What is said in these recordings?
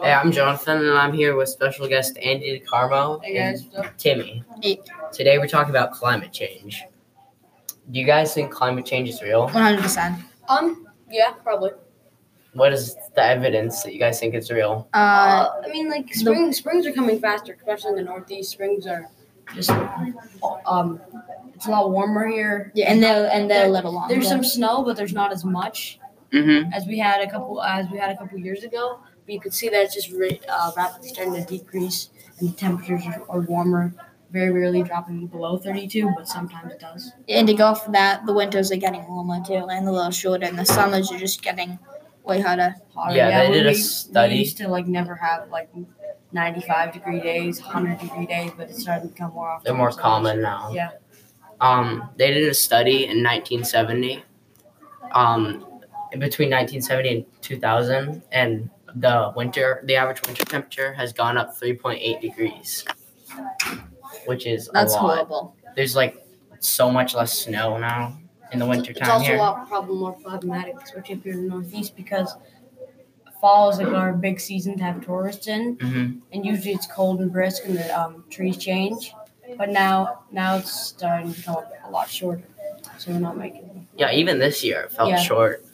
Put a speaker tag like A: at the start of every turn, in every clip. A: Hey, I'm Jonathan, and I'm here with special guest Andy DeCarmo and Timmy.
B: Hey.
A: Today we're talking about climate change. Do you guys think climate change is real?
B: One hundred percent.
C: Um, yeah, probably.
A: What is the evidence that you guys think it's real?
B: Uh,
C: I mean, like spring, springs are coming faster, especially in the Northeast. Springs are just um, it's a lot warmer here.
B: yeah, and they'll and they'll
C: There-
B: live a long.
C: There's
B: time.
C: some snow, but there's not as much
A: Mm-hmm.
C: as we had a couple as we had a couple years ago. But you can see that it's just ra- uh, rapidly starting to decrease, and the temperatures are, are warmer. Very rarely dropping below 32, but sometimes it does.
B: and to go off of that, the winters are getting warmer too, and a little shorter, and the summers are just getting way hotter.
C: Hotter.
A: Yeah, they
C: we-
A: did a
C: we-
A: study.
C: We used to like never have like 95 degree days, 100 degree days, but it's starting to become more often.
A: They're more
C: so it's-
A: common now.
C: Yeah.
A: Um, they did a study in 1970, um, between 1970 and 2000, and the winter, the average winter temperature has gone up 3.8 degrees, which is
B: That's
A: a lot.
B: horrible.
A: There's like so much less snow now in the winter
C: It's
A: time
C: also
A: here.
C: a lot problem, more problematic, especially if you're in the Northeast, because fall is like our big season to have tourists in,
A: hmm
C: and usually it's cold and brisk, and the um, trees change. But now, now it's starting to become a lot shorter, so we're not making.
A: Yeah, even this year it felt
C: Yeah.
A: short.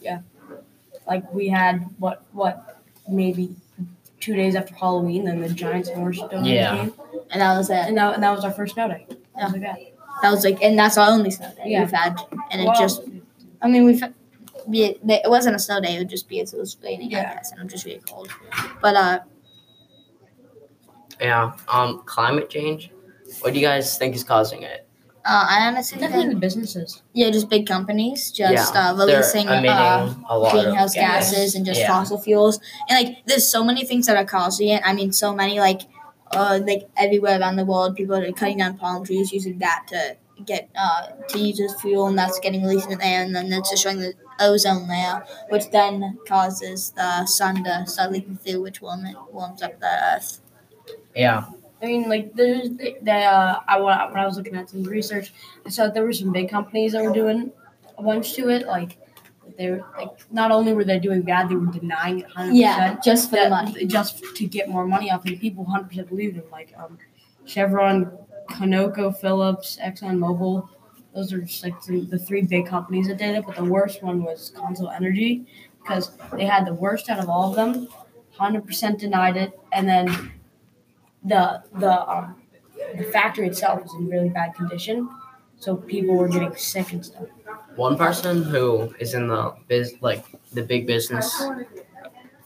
C: Like we had what what maybe two days after Halloween, then the Giants and Orange Donuts
A: Yeah.
C: game,
B: And that was it.
C: and that, and that was our first snow day. It was like that.
B: That was like, and that's our only snow day
C: Yeah.
B: we've had, and it
C: Well,
B: just, I mean, we've. Yeah, it wasn't a snow day. It would just be as it was raining, I
C: Yeah.
B: guess, and it was just really cold. But uh,
A: Yeah. Um, climate change. What do you guys think is causing it?
B: uh I honestly
C: definitely
B: think,
C: the businesses.
B: yeah, just big companies just
A: yeah,
B: uh, releasing
A: they're emitting
B: uh,
A: a lot of
B: greenhouse
C: gas.
B: gases and just
A: Yeah.
B: fossil fuels. And like, there's so many things that are causing it. I mean, so many like, uh, like everywhere around the world, people are cutting down palm trees, using that to get uh to use as fuel, and that's getting released in the air, and then that's destroying the ozone layer, which then causes the sun to start leaking through, which warm warms up the earth.
A: Yeah.
C: I mean, like there's the, the uh, I when, I when I was looking at some research, I saw that there were some big companies that were doing a bunch to it. Like they were like not only were they doing bad, they were denying it hundred percent.
B: just
C: that- just to get more money off, and people hundred percent believed them. Like um, Chevron, Conoco, Phillips, ExxonMobil. Those are just like the, the three big companies that did it, but the worst one was Consol Energy because they had the worst out of all of them. Hundred percent denied it, and then the the um, the factory itself was in really bad condition, so people were getting sick and stuff.
A: one person who is in the biz like the big business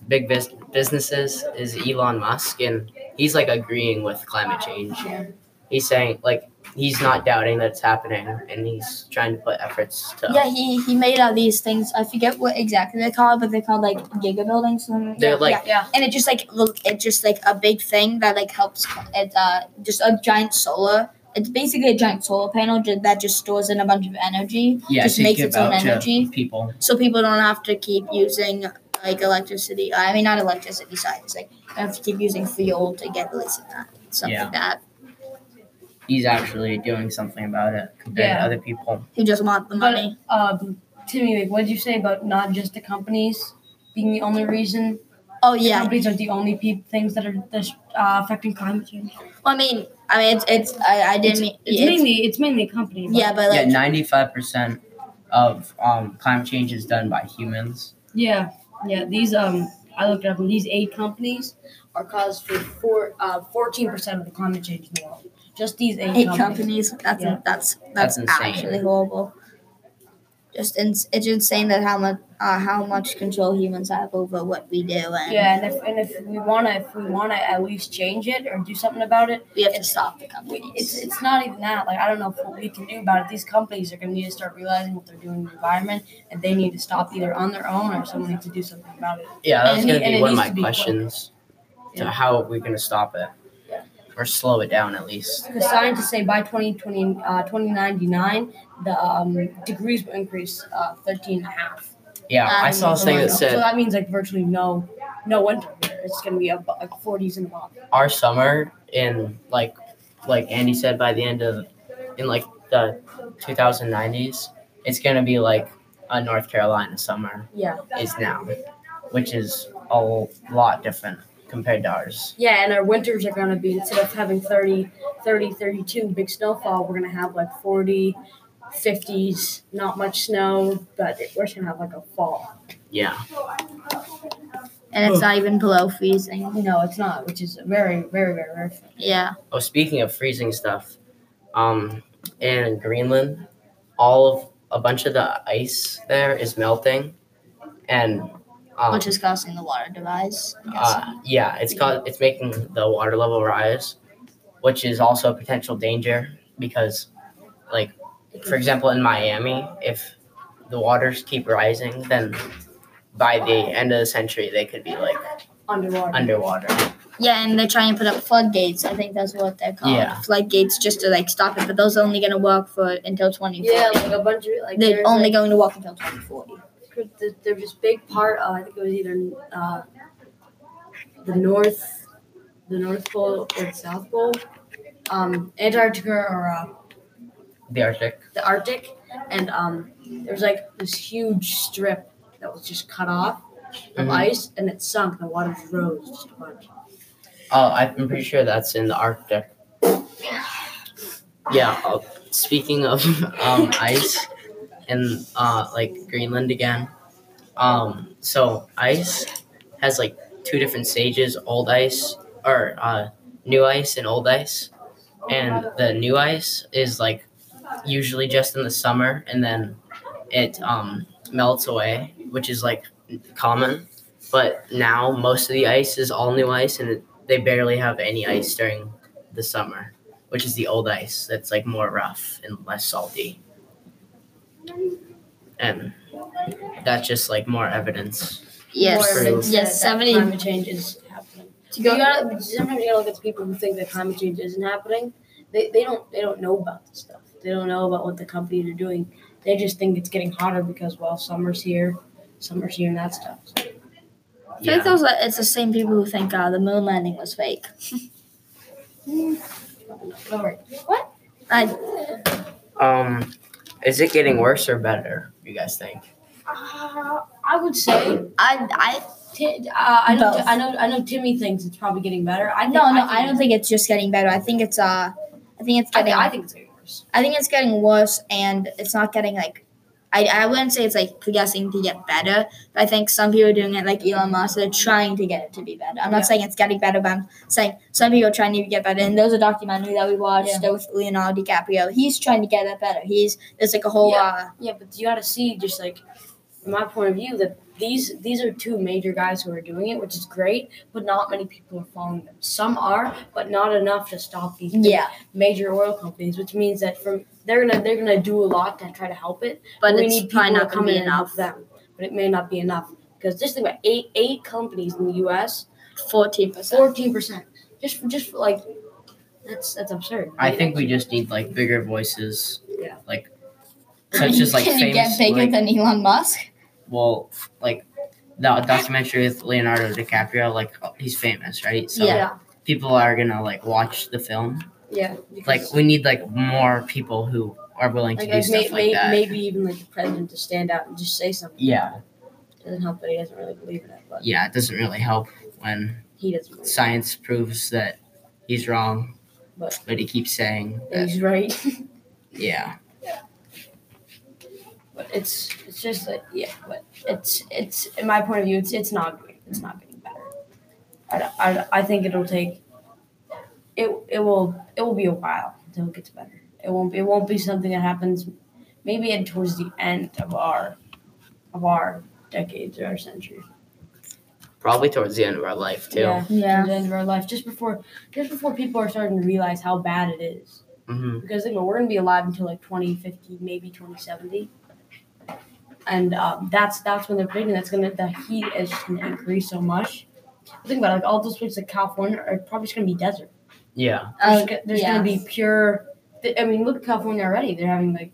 A: big bus businesses is Elon Musk and he's like agreeing with climate change.
C: Yeah.
A: He's saying like he's not doubting that it's happening and he's trying to put efforts to
B: Yeah, he, he made all these things. I forget what exactly they're called, but they're called like giga buildings. something-
A: They're
B: yeah,
A: like-
B: yeah. and it just like look, it just like a big thing that like helps. It's uh, just a giant solar. It's basically a giant solar panel ju- that just stores in a bunch of energy,
A: yeah
B: just makes its own energy,
A: people.
B: so people don't have to keep using like electricity. I mean, not electricity. Sorry, it's like don't have to keep using fuel to get this and that, stuff
A: Yeah.
B: like that.
A: He's actually doing something about it compared to
C: Yeah.
A: other people.
B: Who just want the
C: But-
B: money?
C: Um, Timmy, like, what did you say about not just the companies being the only reason?
B: oh yeah,
C: companies are the only peop things that are that's, uh, affecting climate change.
B: well, I mean, I mean, it's it's I, I didn't mean
C: It's
B: yeah, it's-
C: mainly it's mainly a company. but-
B: yeah, but
A: yeah,
B: like.
A: ninety five percent of um, climate change is done by humans.
C: yeah, yeah. These um, I looked it up and these eight companies are caused for four uh, fourteen percent of the climate change in the world. Just these eight,
B: Eight
C: companies.
B: companies. That's
C: Yeah.
B: that's
A: That's
B: that's,
A: insane.
B: actually horrible. Just ins it's insane that how much uh, how much control humans have over what we do, and
C: Yeah, and if, and if we wanna if we wanna at least change it or do something about it,
B: we have to stop the
C: we,
B: companies.
C: it's it's not even that. Like I don't know if what we can do about it. These companies are gonna need to start realizing what they're doing in the environment, and they need to stop either on their own or someone needs to do something about it.
A: Yeah, that's
C: And it-
A: gonna
C: and
A: be
C: it
A: one of
C: needs
A: my
C: to be quick.
A: questions. To
C: Yeah.
A: how are we gonna stop it?
C: Yeah.
A: Or slow it down at least.
C: The scientists say by 2020, uh, 2099, the um, degrees will increase uh, 13 and a half.
A: Yeah, I
B: Um,
A: saw this thing that
B: It's
C: so
A: said
C: that means like virtually no no winter. It's going to be up, like 40s and above.
A: our summer in like like Andy said by the end of in like the 2090s, it's gonna be like a North Carolina summer
C: Yeah.
A: is now, which is a lot different compared to ours.
D: Yeah, and our winters are going to be instead of having 30, 30, 32 big snowfall, we're going to have like 40, 50s, not much snow, but it, we're just going to have like a fall.
A: Yeah.
B: and it's not even below freezing.
D: No, it's not, which is very, very, very, very fun.
B: Yeah.
A: Oh, speaking of freezing stuff, um, in Greenland, all of a bunch of the ice there is melting, and um,
B: Which is causing the water to rise. I'm guessing.
A: uh, yeah, it's called it's making the water level rise, which is also a potential danger because, like, for example, in Miami, if the waters keep rising, then by the end of the century they could be like
D: underwater.
A: underwater.
B: yeah, and they're trying to put up floodgates. I think that's what they're called.
A: Yeah.
B: Floodgates just to like stop it, but those are only going to work for until 2040.
C: Yeah, like a bunch of like
B: they're
C: there's,
B: only
C: like,
B: going to work until 2040.
C: th- there's this big part. Uh, I think it was either uh, the north, the North Pole or the South Pole, um, Antarctica or uh,
A: The Arctic.
C: the Arctic, and um, there was like this huge strip that was just cut off of
B: Mm-hmm.
A: Mhm.
C: ice, and it sunk. The water just rose just a bunch.
A: Oh, I'm pretty sure that's in the Arctic. Yeah. Uh, speaking of um, ice and uh, like Greenland again, um, so ice has like two different stages: old ice or uh, new ice and old ice. And the new ice is like usually just in the summer, and then it um, melts away, which is like common. But now most of the ice is all new ice, and it they barely have any ice during the summer, which is the old ice that's like more rough and less salty. And that's just like more evidence.
B: Yes.
C: More evidence
B: Yes,
C: that- that
B: 70
C: Climate change is happening.
B: To go,
C: you gotta sometimes you gotta look at the people who think that climate change isn't happening. They, they don't they don't know about this stuff. They don't know about what the companies are doing. They just think it's getting hotter because well summer's here, summer's here and that stuff.
B: I think
A: Yeah.
B: those are, it's the same people who think uh, the moon landing was fake.
C: All right.
B: I,
A: Um, is it getting worse or better? You guys think?
C: Uh, I would say
B: I, I
C: Ti- uh, I know
B: Both.
C: I know I know Timmy thinks it's probably getting better. I think,
B: no,
C: I
B: no,
C: think,
B: I don't think it's just getting better. I think it's uh, I think it's
C: I, thi-
B: getting.
C: I think it's getting worse.
B: I think it's getting worse, and it's not getting like. I, I wouldn't say it's like progressing to get better, but I think some people are doing it like Elon Musk. They're trying to get it to be better. I'm not
C: Yeah.
B: saying it's getting better, but I'm saying some people are trying to get better. And there's a documentary that we watched
C: Yeah.
B: that with Leonardo DiCaprio. He's trying to get it better. He's there's like a whole uh,
C: Yeah, but you got to see just like from my point of view that these these are two major guys who are doing it, which is great, but not many people are following them. Some are, but not enough to stop these big
B: yeah,
C: major oil companies, which means that from they're gonna they're gonna do a lot to try to help it.
B: but
C: we
B: it's
C: need people
B: probably
C: to
B: not
C: come
B: coming
C: in and help
B: enough.
C: them, but it may not be enough because just think about eight eight companies in the U.S.
B: Fourteen percent.
C: fourteen percent. Just for- just for, like that's that's absurd.
A: I think we just need like bigger voices.
C: Yeah.
A: Like, such as like
B: Can you
A: famous.
B: get bigger
A: like,
B: than Elon Musk?
A: well, like that documentary with Leonardo DiCaprio. Like he's famous, right? So
B: Yeah.
A: people are gonna like watch the film.
C: Yeah.
A: like we need like more people who are willing to
C: like,
A: do
C: like,
A: stuff
C: may,
A: like
C: may,
A: that.
C: maybe even like the president to stand out and just say something.
A: Yeah,
C: Doesn't help that he doesn't really believe in it, but
A: yeah, it doesn't really help when
C: he doesn't. Believe
A: science proves that he's wrong,
C: But-
A: but he keeps saying
C: it. And
A: that.
C: He's right,
A: Yeah,
C: but it's it's just like yeah, but it's it's in my point of view, it's it's not great. It's not getting better. I, don't- I, don't- I think it'll take it it will it will be a while until it gets better. It won't it won't be something that happens maybe at, towards the end of our of our decades or our century.
A: probably towards the end of our life too.
C: Yeah.
B: Yeah.
C: towards the end of our life, just before just before people are starting to realize how bad it is.
A: hmm
C: Because you know, we're gonna be alive until like 2050, maybe 2070, and um, that's that's when they're predicting that's gonna the heat is just gonna increase so much. Think about it, like all those places like California are probably just gonna be desert.
A: Yeah,
C: There's,
B: Uh,
C: go- there's
B: yeah.
C: gonna be pure. th- I mean, look at California already. They're having like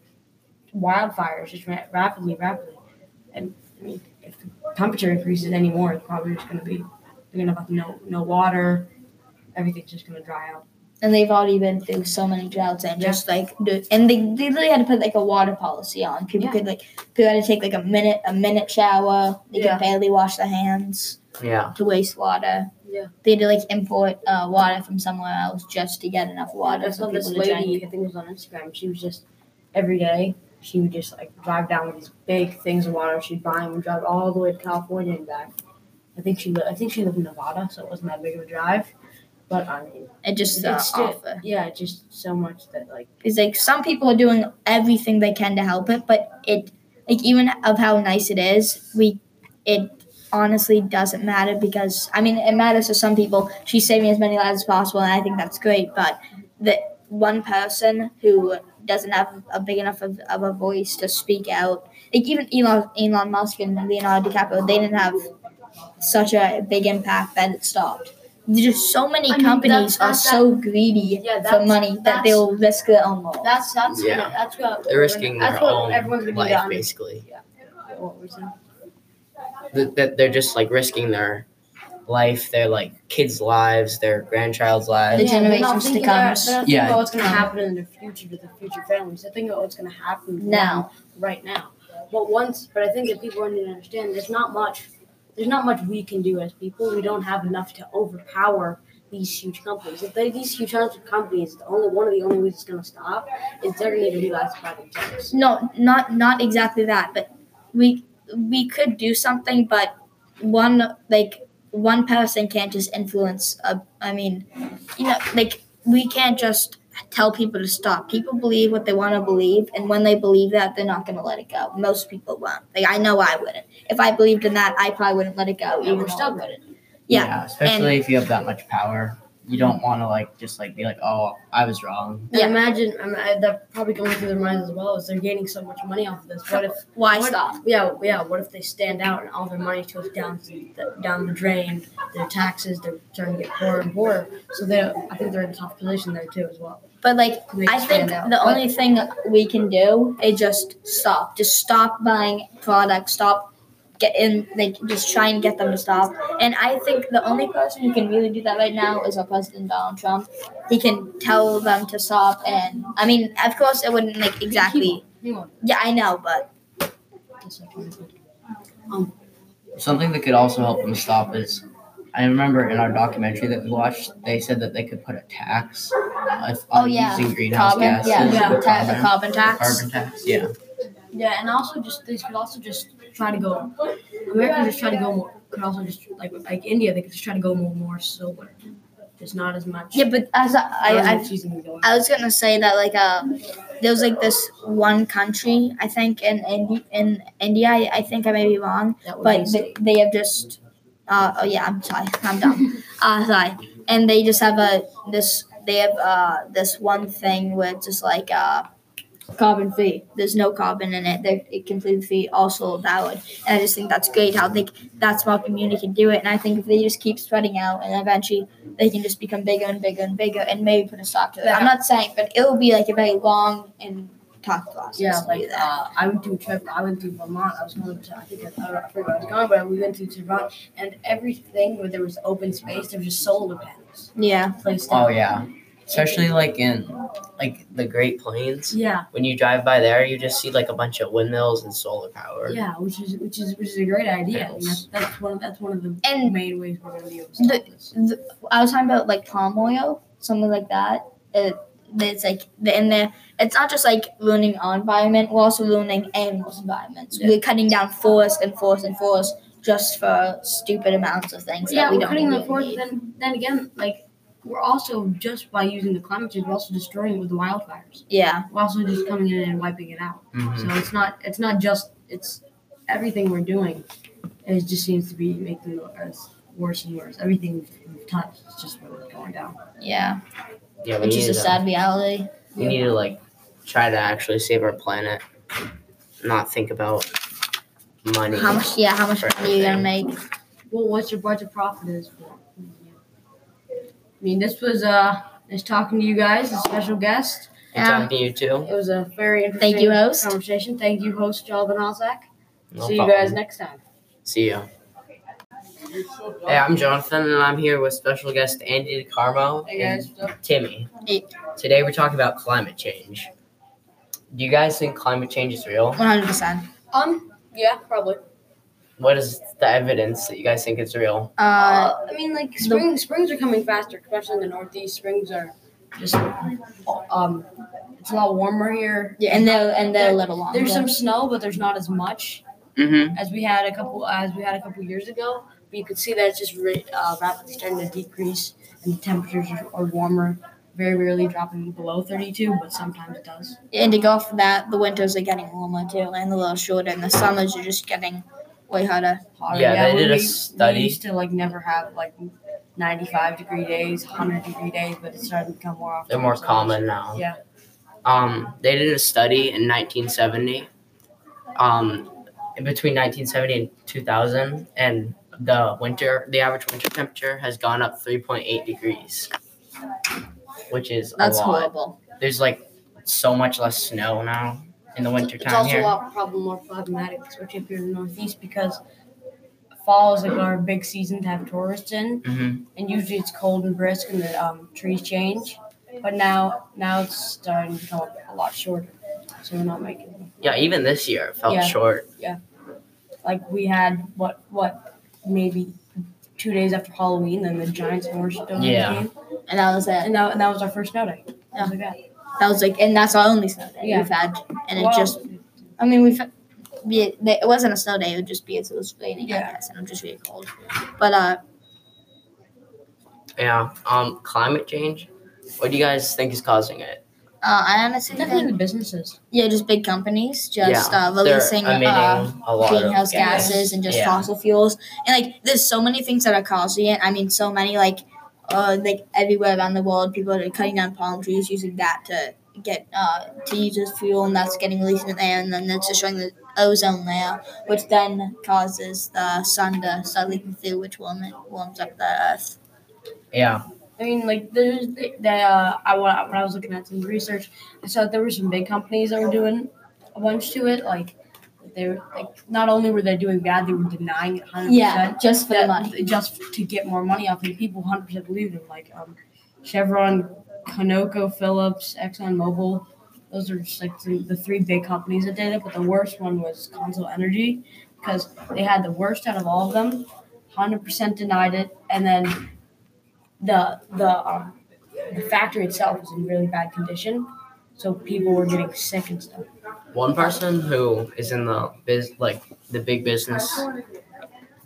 C: wildfires just ra- rapidly, rapidly. And I mean, if the temperature increases anymore, it's probably just gonna be you're gonna have no no water. Everything's just gonna dry out.
B: and they've already been through so many droughts and just like do, and they, they literally had to put like a water policy on. People
C: Yeah.
B: could like people had to take like a minute a minute shower. They
C: Yeah.
B: could barely wash their hands
A: Yeah.
B: to waste water.
C: Yeah.
B: They had to like import uh, water from somewhere else just to get enough water
C: I
B: for
C: saw
B: people
C: this
B: to
C: lady,
B: drink.
C: I think it was on Instagram. She was just every day she would just like drive down with these big things of water. She'd buy them and drive all the way to California and back. I think she li- I think she lived in Nevada, so it wasn't that big of a drive. But I mean,
B: It just uh,
C: It's ju-
B: awful.
C: yeah, just so much that like
B: It's like some people are doing everything they can to help it, but it like even of how nice it is, we it honestly doesn't matter because I mean it matters to some people. She's saving as many lives as possible, and I think that's great. But the one person who doesn't have a big enough of, of a voice to speak out, like even Elon Elon Musk and Leonardo DiCaprio, they didn't have such a big impact that it stopped. There's just so many
E: I mean,
B: companies
E: that- that-
B: are so greedy
E: Yeah,
B: for
E: that's-
B: money that
E: that's-
B: they'll risk their own life.
E: That's that's
A: Yeah.
E: what, that's what
A: They're risking
E: that's
A: their
E: what
A: own
E: everyone's gonna be
A: life,
E: done.
A: basically.
C: what were we saying?
A: That, that they're just like risking their life, their like kids' lives, their grandchild's
B: The
A: lives.
C: Yeah, they're not
B: generations to
C: thinking- they're-
B: comes.
C: They're not
A: Yeah.
C: thinking about what's going to happen in the future to the future families. They're thinking about what's going to happen to
B: Now.
C: them right now. But once, but I think that people need to understand there's not much, there's not much we can do as people. We don't have enough to overpower these huge companies. If they, these huge companies, the only one of the only ways it's going to stop is they're going to need to realize by themselves.
B: No, not not exactly that, but we we could do something, but one like one person can't just influence. A, I mean, you know, like we can't just tell people to stop. People believe what they want to believe, and when they believe that, they're not going to let it go. Most people won't. Like I know I wouldn't. If I believed in that, I probably wouldn't let it go.
C: Yeah,
B: even
C: we're
B: though I
C: stubborn.
B: wouldn't. Yeah,
A: especially if you have that much power. You don't want to like just like be like, oh, I was wrong.
C: And
B: Yeah.
C: imagine I mean, I- that probably going through their minds as well is they're gaining so much money off of this. What if
B: Why
C: What-
B: stop?
C: Yeah, yeah. What if they stand out and all their money goes down the, down the drain? Their taxes, they're trying to get poorer and poorer. So they, I think they're in a tough position there too as well.
B: But like,
C: They
B: I think
C: stand out.
B: the
C: But-
B: only thing we can do is just stop. Just stop buying products. Stop get in like just try and get them to stop. And I think the only person who can really do that right now is our president Donald Trump. He can tell them to stop. And I mean, of course, it wouldn't like exactly.
C: Hang on.
B: Yeah, I know, but
C: That's not true.
F: Something that could also help them stop is I remember in our documentary that we watched, they said that they could put a tax
A: uh,
F: if,
B: Oh,
F: on
B: yeah.
F: using greenhouse
B: carbon.
F: gases.
B: Yeah,
C: Yeah.
B: the ta- the
F: Carbon.
B: carbon tax.
F: Carbon tax, yeah.
C: Yeah, and also just they could also just try to go. America just try to go more. Could also just like like India, they could just try to go more more solar, just not as much.
B: Yeah, but as I,
C: not as
B: I, I
C: much using the going.
B: I was gonna say that like uh, there was like this one country I think in Indi- in India I, I think I may be wrong,
C: That would
B: but
C: be
B: they, they have just uh, oh yeah I'm sorry I'm dumb uh, sorry and they just have a this they have uh, this one thing where it's just like uh, carbon free there's no carbon in it they're it completely free also valid and I just think that's great how like that small community can do it and I think if they just keep spreading out and eventually they can just become bigger and bigger and bigger and maybe put a stop to it. I'm not saying, but it will be like a very long and tough process
C: Yeah,
B: to do
C: like
B: that.
C: uh, I went to a trip. I went to Vermont. I was going to. I think I, I don't know where I was going, but we went to Vermont, and everything where there was open space, there was just solar panels
B: yeah,
C: placed
F: Oh
C: out.
F: yeah. Especially like in
A: Like the Great Plains.
C: Yeah,
A: When you drive by there, you just see like a bunch of windmills and solar power.
C: yeah, which is which is which is a great idea. and that's,
A: Yes.
C: that's one. Of, that's one of the
B: and
C: main ways we're going to be able to solve this.
B: I was talking about like palm oil, something like that. It, it's like the- in there. It's not just like ruining our environment; we're also ruining animals' environments. We're cutting down forests and forests and forests just for stupid amounts of things
C: yeah,
B: that we
C: we're
B: don't
C: cutting
B: really
C: the forest.
B: need.
C: Then, then again, like we're also just by using the climate change, we're also destroying it with the wildfires.
B: Yeah,
C: We're also just coming in and wiping it out.
A: Mhm.
C: So it's not it's not just it's everything we're doing. It just seems to be making the earth worse and worse. Everything we've touched is just really going down.
B: yeah,
A: Yeah, we
B: which
A: need
B: is a
A: to-
B: sad reality.
A: We need to like try to actually save our planet, not think about money.
B: How much? Yeah, how much
A: For
B: money you gonna make?
A: everything.
C: Well, what's your budget profit is for? I mean, this was uh, nice talking to you guys, a special guest.
A: And
B: Yeah.
A: talking to you too.
C: It was a very interesting
B: Thank you, host.
C: conversation. Thank you, host Jonathan Alzak.
A: No
C: See you guys
A: problem.
C: next time.
A: See ya. Hey, I'm Jonathan, and I'm here with special guest Andy DeCarmo
D: Hey
A: and
D: guys, what's up?
A: Timmy.
B: Hey.
A: Today we're talking about climate change. Do you guys think climate change is real?
B: One hundred percent.
C: Um, yeah, probably.
A: What is the evidence that you guys think it's real?
B: Uh,
C: I mean, like spring, springs are coming faster, especially in the Northeast. Springs are just um, it's a lot warmer here.
B: yeah, and they're and they're a little longer.
C: There's some snow, but there's not as much
A: Mm-hmm.
C: as we had a couple as we had a couple years ago. But you can see that it's just ra- uh, rapidly starting to decrease, and the temperatures are, are warmer. Very rarely dropping below 32, but sometimes it does.
B: And to go off of that, the winters are getting warmer too, and a little shorter, and the summers are just getting way hotter.
C: Hotter.
A: Yeah, they
C: when
A: did a
C: we-
A: study.
C: We used to like never have like 95 degree days, 100 degree days, but it's starting to become more often.
A: They're more common now.
C: Yeah.
A: Um, they did a study in 1970, um, in between 1970 and 2000, and the winter, the average winter temperature has gone up 3.8 degrees, which is
B: That's
A: a lot.
B: horrible.
A: There's like so much less snow now in the winter
C: It's
A: time
C: also a
A: here.
C: lot problem, more problematic, especially if you're in the Northeast, because fall is like our big season to have tourists in,
A: Mm-hmm.
C: and usually it's cold and brisk, and the um, trees change. But now, now it's starting to become a lot shorter, so we're not making
A: Yeah, even this year it felt
C: Yeah.
A: short.
C: like we had what what maybe two days after Halloween, then the giant snowstorm
A: Yeah.
C: came,
B: And that was it.
C: and that, and that was our first snow day. That was like that.
B: That was like, and that's our only snow day
C: Yeah.
B: we've had. And it
C: Well,
B: just, I mean, we've, yeah, it wasn't a snow day. It would just be as it was raining,
C: Yeah.
B: I guess, and it was just really cold. But uh,
A: Yeah. Um, climate change. What do you guys think is causing it?
B: uh I honestly
C: definitely
B: think,
C: the businesses.
B: yeah, just big companies just uh,
A: They're
B: releasing
A: emitting
B: uh,
A: a lot of
B: greenhouse
C: gas.
B: gases and just
A: Yeah.
B: fossil fuels. And like, there's so many things that are causing it. I mean, so many like, uh, like everywhere around the world, people are cutting down palm trees, using that to get uh to use as fuel, and that's getting released in the air, and then that's destroying the ozone layer, which then causes the sun to start leaking through, which warm warms up the earth.
A: Yeah.
C: I mean, like there's the, the uh, I when I when I was looking at some research, I saw that there were some big companies that were doing a bunch to it. Like they were like not only were they doing bad, they were denying it hundred
B: Yeah, just for the money.
C: percent.
D: just to get more money off of people 100% believed in like um, chevron conoco phillips exxonmobil those are just like the, the three big companies that did it but the worst one was consol energy because they had the worst out of all of them
C: 100% denied it, and then the the um, the factory itself was in really bad condition, so people were getting sick and stuff.
A: one person who is in the biz like the big business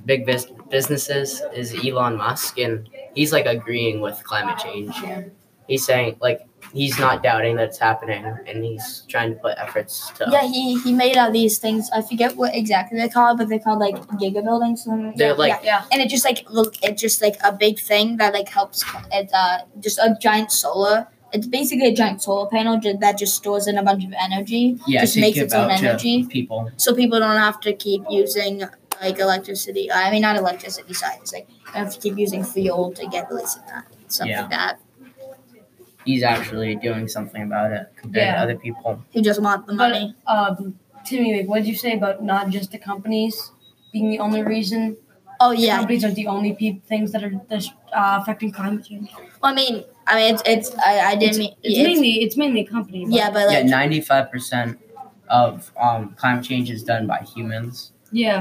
A: big bus businesses is elon musk and he's like agreeing with climate change
C: Yeah.
A: he's saying like he's not doubting that it's happening and he's trying to put efforts to
B: Yeah, he he made all these things. I forget what exactly they're called, but they're called like giga buildings. something-
A: they're
B: yeah,
A: like
C: Yeah,
B: and it just like look it's just like a big thing that like helps it uh just a giant solar it's basically a giant solar panel ju- that just stores in a bunch of energy
F: Yeah,
B: Just
F: to
B: makes
F: give
B: its own
F: out to
B: energy.
F: People.
B: so people don't have to keep using like electricity uh, i mean not electricity sorry it's like they have to keep using fuel to get released and that stuff
F: Yeah.
B: like that
F: He's actually doing something about it compared to
C: Yeah.
F: other people.
B: who just want the
C: But-
B: money
C: um, Timmy, like, what did you say about not just the companies being the only reason?
B: oh yeah
C: companies are the only peop things that are this, uh, affecting climate change.
B: well, i mean i mean it's it's i, I didn't mean
C: It's
B: yeah, it's-
C: mainly it's mainly companies.
B: yeah but
F: yeah,
B: like
F: ninety-five percent of um, climate change is done by humans.
C: yeah,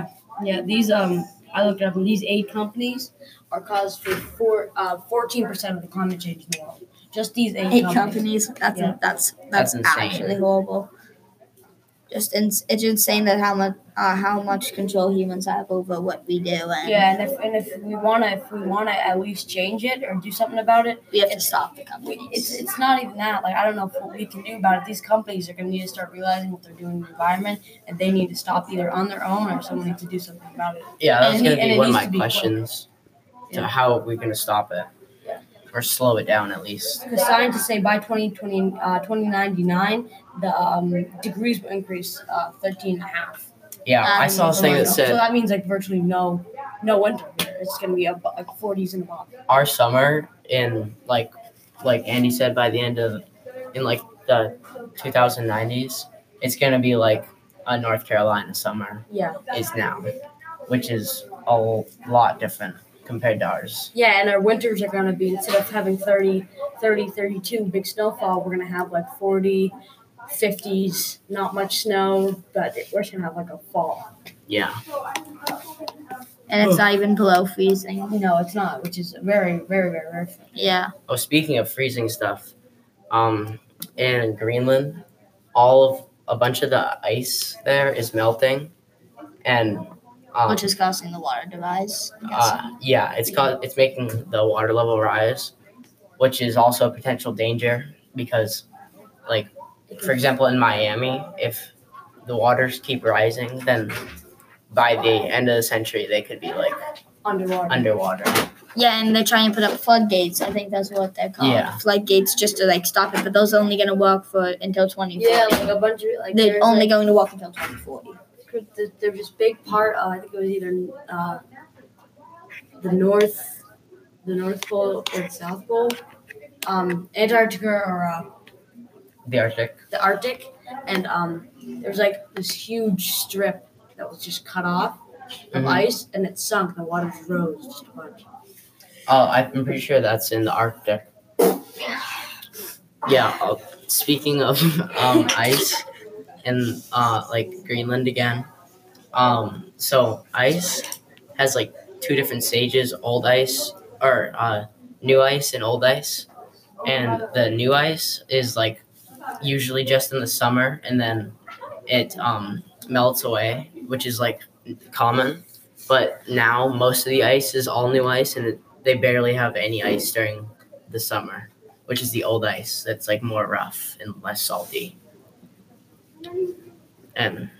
C: yeah. These um, I looked it up, and these eight companies are caused for four uh fourteen percent of the climate change in the world. Just these eight,
B: eight
C: companies.
B: companies. That's
C: Yeah.
B: that's
F: That's
B: that's,
F: insane.
B: actually horrible. Just ins- it's insane that how much uh, how much control humans have over what we do, and
C: Yeah, and if, and if we wanna if we wanna at least change it or do something about it,
B: we have to
C: It's-
B: stop the
C: we,
B: companies.
C: it's it's not even that. Like I don't know if what we can do about it. These companies are gonna need to start realizing what they're doing to the environment, and they need to stop either on their own or someone needs to do something about it.
A: yeah
C: And
A: that's
C: it-
A: going to
C: and
A: be
C: it
A: one of
C: needs
A: my
C: to be quick.
A: questions to
C: Yeah.
A: how are we going to stop it
C: Yeah.
A: or slow it down at least
C: Because scientists say by 2020, uh, 2099, the um, degrees will increase uh, 13 and a half.
A: yeah i
B: Um,
A: saw a thing that
C: so
A: said
C: that means like virtually no no winter here. It's going to be up, like 40s and above.
A: our summer in like like Andy said by the end of in like the 2090s it's going to be like a North Carolina summer
C: Yeah.
A: is now which is a lot different compared to ours.
C: Yeah, and our winters are going to be instead of having 30, 30, 32 big snowfall, we're going to have like 40, 50s, not much snow, but it- we're just going to have like a fall.
A: Yeah.
B: and it's not even below freezing.
C: No, it's not, which is very, very, very, very fun.
B: Yeah.
A: Oh, speaking of freezing stuff, um, in Greenland, all of a bunch of the ice there is melting, and um,
B: Which is causing the water to rise. I'm guessing.
A: Uh, yeah, it's called it's making the water level rise, which is also a potential danger because, like, for example, in Miami, if the waters keep rising, then by the end of the century they could be like
C: Underwater.
A: underwater.
B: Yeah, and they're trying to put up floodgates. I think that's what they're called.
A: Yeah.
B: Floodgates just to like stop it, but those are only gonna work for until twenty forty.
C: yeah, like a bunch of like
B: they're
C: there's,
B: only
C: like,
B: going to work until twenty forty.
C: There's there's this big part. Uh, I think it was either uh, the north, the North Pole or the South Pole, um, Antarctica or uh,
A: The Arctic.
C: the Arctic, and um, there's like this huge strip that was just cut off of
A: Mhm.
C: ice, and it sunk. The water just rose just a bunch.
A: Oh, I'm pretty sure that's in the Arctic. Yeah. Uh, speaking of um, ice and uh, like Greenland again, um, so ice has like two different stages: old ice or uh, new ice and old ice. And the new ice is like usually just in the summer, and then it um, melts away, which is like common. But now most of the ice is all new ice, and it they barely have any ice during the summer, which is the old ice that's like more rough and less salty. And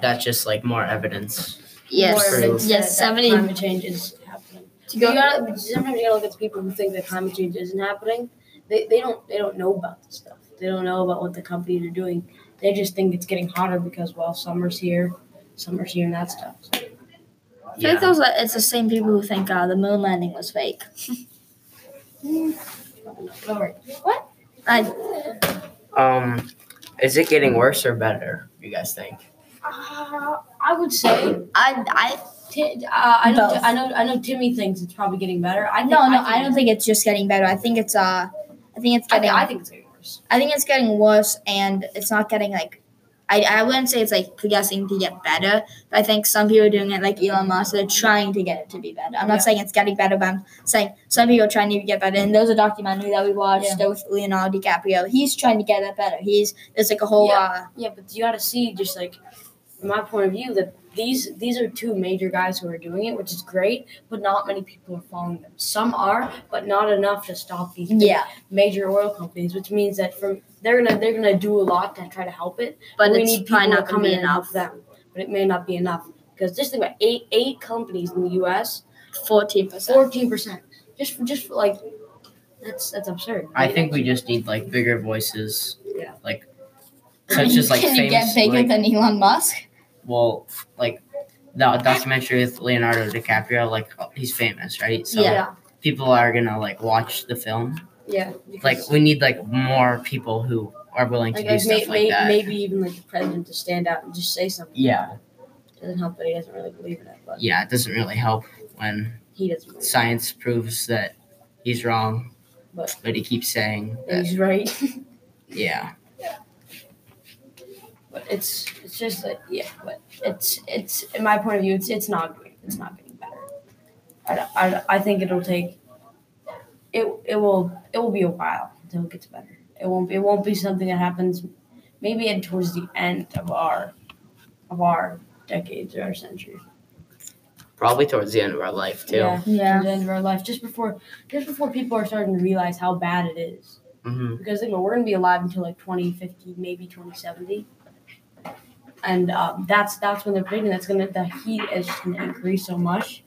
A: that's just like more evidence.
B: Yes.
C: More evidence
B: Yes,
C: that- that
B: 70
C: Climate change is happening.
B: To
C: You
B: go
C: gotta sometimes you gotta look at the people who think that climate change isn't happening. They, they don't they don't know about this stuff. They don't know about what the companies are doing. They just think it's getting hotter because well summer's here, summer's here and that stuff. So,
B: I think
A: Yeah.
B: those are, it's the same people who think uh, the moon landing was fake.
C: don't worry.
B: I,
A: Um, is it getting worse or better? You guys think?
C: Uh, I would say
B: I, I,
C: Ti- uh, I know
B: Both.
C: I know I know Timmy thinks it's probably getting better. I think,
B: no, no,
C: think
B: I don't think it's just getting better. I think it's uh, I think it's
C: I
B: getting.
C: think, I think it's getting worse.
B: I think it's getting worse and it's not getting like I, I wouldn't say it's like progressing to get better, but I think some people are doing it like Elon Musk, they're trying to get it to be better. I'm not
C: Yeah.
B: saying it's getting better, but I'm saying some people are trying to get better. And there's a documentary that we watched
C: Yeah.
B: that with Leonardo DiCaprio. He's trying to get it better. He's there's like a whole uh
C: Yeah, but you got to see just like from my point of view that these these are two major guys who are doing it, which is great, but not many people are following them. Some are, but not enough to stop these big
B: uh, yeah,
C: major oil companies, which means that from they're gonna they're gonna do a lot to try to help it.
B: but
C: we
B: it's
C: need people
B: probably
C: to
B: not
C: come
B: gonna be
C: in and help
B: enough.
C: them, but it may not be enough because just think about eight eight companies in the U.S.
B: Fourteen percent.
C: Fourteen percent. Just for just for like that's that's absurd.
A: I think we just need like bigger voices.
C: Yeah.
A: Like such as like
B: Can you
A: famous
B: get bigger
A: like,
B: than Elon Musk?
A: well like the documentary with Leonardo DiCaprio like he's famous right so
B: Yeah.
A: people are gonna like watch the film
C: yeah.
A: like we need like more people who are willing to
C: like,
A: do
C: like,
A: stuff
C: may,
A: like
C: may,
A: that.
C: maybe even like the president to stand out and just say something.
A: Yeah,
C: doesn't help that he doesn't really believe in it, but
A: yeah, it doesn't really help when
C: he doesn't. Believe it.
A: science proves that he's wrong,
C: But-
A: but he keeps saying
C: And
A: that.
C: he's right.
A: Yeah,
C: but it's it's just like yeah. But it's it's in my point of view, it's it's not great. It's not getting better. I, don't- I, don't- I think it'll take. It it will it will be a while until it gets better. It won't it won't be something that happens, maybe at towards the end of our, of our decades or our century.
A: probably towards the end of our life too.
C: Yeah.
B: Yeah.
C: the end of our life, just before just before people are starting to realize how bad it is.
F: Mm-hmm.
A: hmm
C: Because you know, we're gonna be alive until like 2050, maybe 2070, and um, that's that's when they're predicting that's gonna the heat is just gonna increase so much.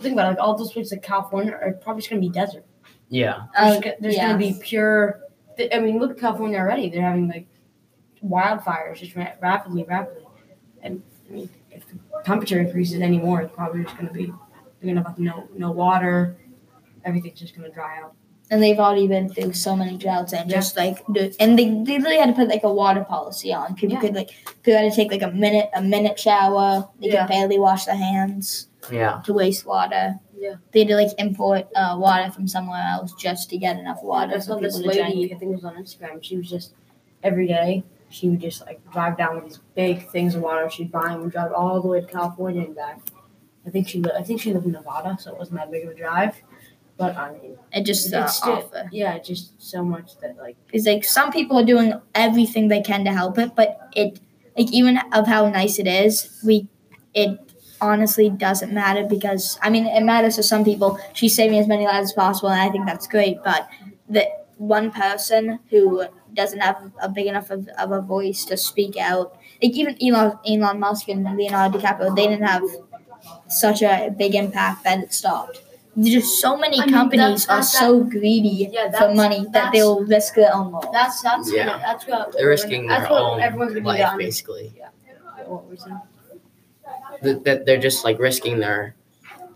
C: Think about it, like all those places like California are probably just gonna be desert.
A: Yeah,
C: There's,
B: Uh,
C: go- there's
B: yeah.
C: gonna be pure. th- I mean, look at California already. They're having like wildfires just ra- rapidly, rapidly, and I mean, if the temperature increases anymore, it's probably just gonna be you're gonna have no no water. Everything's just gonna dry out.
B: and they've already been through so many droughts and just like the- and they, they literally had to put like a water policy on people
C: Yeah.
B: could like people had to take like a minute a minute shower they
C: Yeah.
B: could barely wash their hands
A: Yeah.
B: to waste water.
C: Yeah.
B: They had to like import uh, water from somewhere else just to get enough water
C: I
B: for
C: saw
B: people
C: this
B: to drink.
C: lady, I think it was on Instagram. She was just every day she would just like drive down with these big things of water. She'd buy them and drive all the way to California and back. I think she li- I think she lived in Nevada, so it wasn't that big of a drive. But I mean,
B: It just uh,
C: It's still-
B: awful.
C: yeah, just so much that like
B: It's like some people are doing everything they can to help it, but it like even of how nice it is, we it honestly doesn't matter because I mean it matters to some people. She's saving as many lives as possible, and I think that's great. But the one person who doesn't have a big enough of, of a voice to speak out, like even Elon Elon Musk and Leonardo DiCaprio, they didn't have such a big impact that it stopped. There's just so many
C: I mean,
B: companies
C: that's- that's-
B: are so greedy
C: Yeah,
B: for
C: that's-
B: money that
C: that's-
B: they'll risk their own life.
C: that's that's
A: Yeah.
C: what, that's what
A: They're risking
C: that's
A: their
C: what
A: own
C: everyone's gonna
A: life,
C: be
A: basically.
C: done. What we're saying.
A: That, that they're just like risking their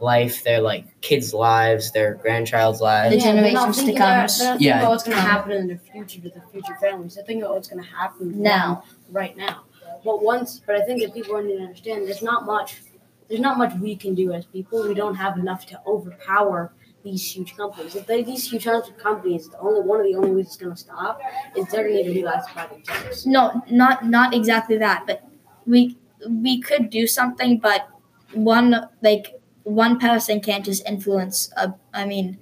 A: life, their like kids' lives, their grandchild's
B: The
A: lives.
C: Yeah, they're not
B: generations to
C: thinking about-
B: come.
C: They're not
F: Yeah.
C: thinking about what's going to happen in the future to the future families. They're thinking about what's going to happen
B: Now.
C: right now. But once, but I think that people need to understand there's not much, there's not much we can do as people. We don't have enough to overpower these huge companies. If they, these huge companies, the only one of the only ways it's going to stop is they're going to realize by themselves.
B: No, not not exactly that, but we we could do something, but one like one person can't just influence. A, I mean,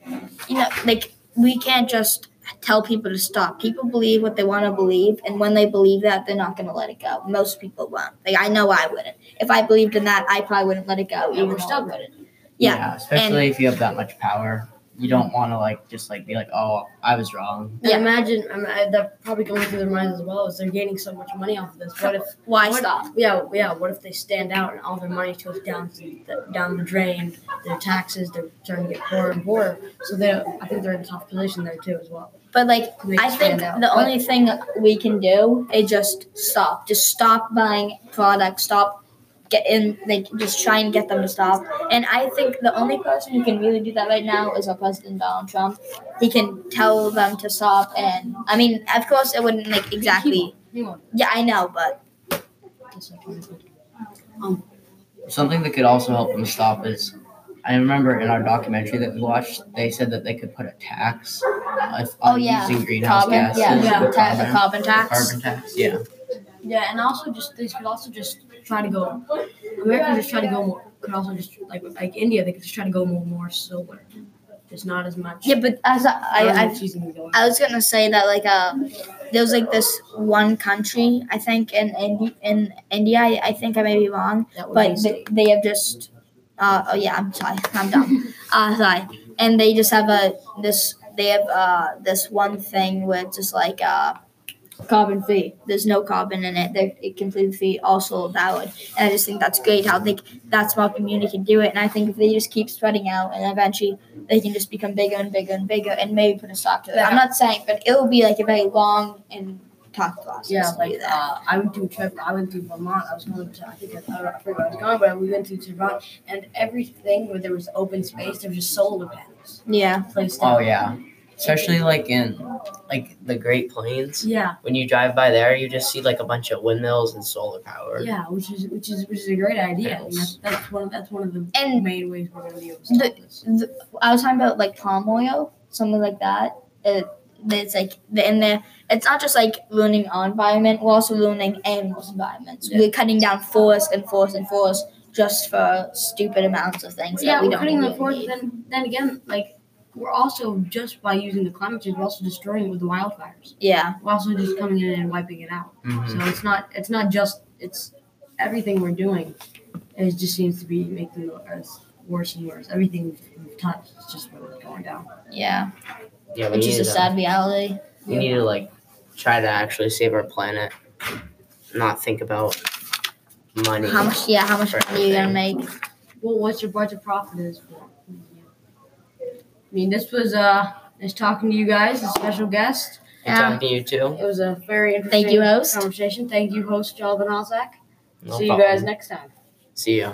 B: you know, like we can't just tell people to stop. People believe what they want to believe, and when they believe that, they're not going to let it go. Most people won't. Like I know I wouldn't. If I believed in that, I probably wouldn't let it go.
C: Yeah,
B: even
C: we're
B: though I
C: stubborn.
B: couldn't. Yeah,
F: especially if you have that much power, you don't want to like just like be like, oh, I was wrong.
C: And
B: Yeah.
C: imagine um, uh, they're probably going through their minds as well as they're gaining so much money off of this. What if
B: Why
C: What-
B: stop?
C: Yeah, yeah. What if they stand out and all their money goes down the, down the drain? Their taxes, they're starting to get poorer and poorer. So they, I think they're in a tough position there too as well.
B: But like
C: They
B: I think
C: stand out.
B: the
C: But
B: only thing we can do is just stop. Just stop buying products. Stop getting like just try and get them to stop. And I think the only person who can really do that right now is our president Donald Trump. He can tell them to stop. And I mean, of course, it wouldn't like exactly.
C: Hang on.
B: Yeah, I know, but
C: Just a second.
F: Something that could also help them stop is I remember in our documentary that we watched, they said that they could put a tax if,
B: Oh,
F: on
B: yeah.
F: using greenhouse
B: carbon,
F: gases.
B: yeah,
C: Yeah.
B: the ta- the carbon tax.
F: Carbon tax, yeah.
C: Yeah, and also just they could also just try to go. America could just try to go more. Could also just like like India, they could just try to go more more solar, just not as much.
B: Yeah, but as I,
C: not as
B: I, I
C: much using the oil.
B: I was gonna say that like uh, there was like this one country I think in Indi- in India I, I think I may be wrong,
C: That would be
B: but
C: safe.
B: they, they have just uh oh yeah I'm sorry I'm dumb uh sorry and they just have a this they have uh this one thing where it's just like uh carbon free there's no carbon in it they're it completely free also valid and I just think that's great how like that small community can do it and I think if they just keep spreading out and eventually they can just become bigger and bigger and bigger and maybe put a stop to it. I'm not saying, but it will be like a very long and tough process.
C: Yeah,
B: to do
C: like
B: that.
C: uh, I went to a trip. I went to Vermont. I was going to. I think I, I don't know where I was going, but we went to Vermont, and everything where there was open space, there was just solar panels
B: yeah,
C: placed
F: Oh
C: out.
F: yeah. Especially like in
A: Like the Great Plains.
C: Yeah,
A: When you drive by there, you just see like a bunch of windmills and solar power.
C: yeah, which is which is which is a great idea. I mean, that's,
A: Panels.
C: that's one. Of, that's one of the
B: And
C: main ways we're going to be able to solve
B: the-
C: this.
B: the, I was talking about like palm oil, something like that. It, it's like the, in there. It's not just like ruining our environment; we're also ruining animals' environments.
C: Yeah.
B: We're cutting down forests and forests and forests just for stupid amounts of things
C: Yeah,
B: that we
C: we're
B: don't
C: cutting the
B: really
C: forest.
B: need.
C: Then, then again, like we're also just by using the climate change, we're also destroying it with the wildfires.
B: Yeah,
C: We're also just coming in and wiping it out.
A: Mhm.
C: So it's not it's not just it's everything we're doing. It just seems to be making the earth worse and worse. Everything we've- we've touched is just really going down.
B: yeah,
A: Yeah, we
B: which
A: need
B: is a
A: to-
B: sad reality.
A: We need to like try to actually save our planet, not think about money.
B: How much? Yeah, how much
A: For
B: money are you gonna make?
A: everything.
C: Well, what's your budget profit is for? I mean, this was uh, nice talking to you guys, a special guest.
A: And
B: Yeah.
A: talking to you too.
C: It was a very interesting
B: you, host.
C: conversation. Thank you, host Jonathan Osak.
A: No
C: See you
A: problem.
C: guys next time.
A: See ya.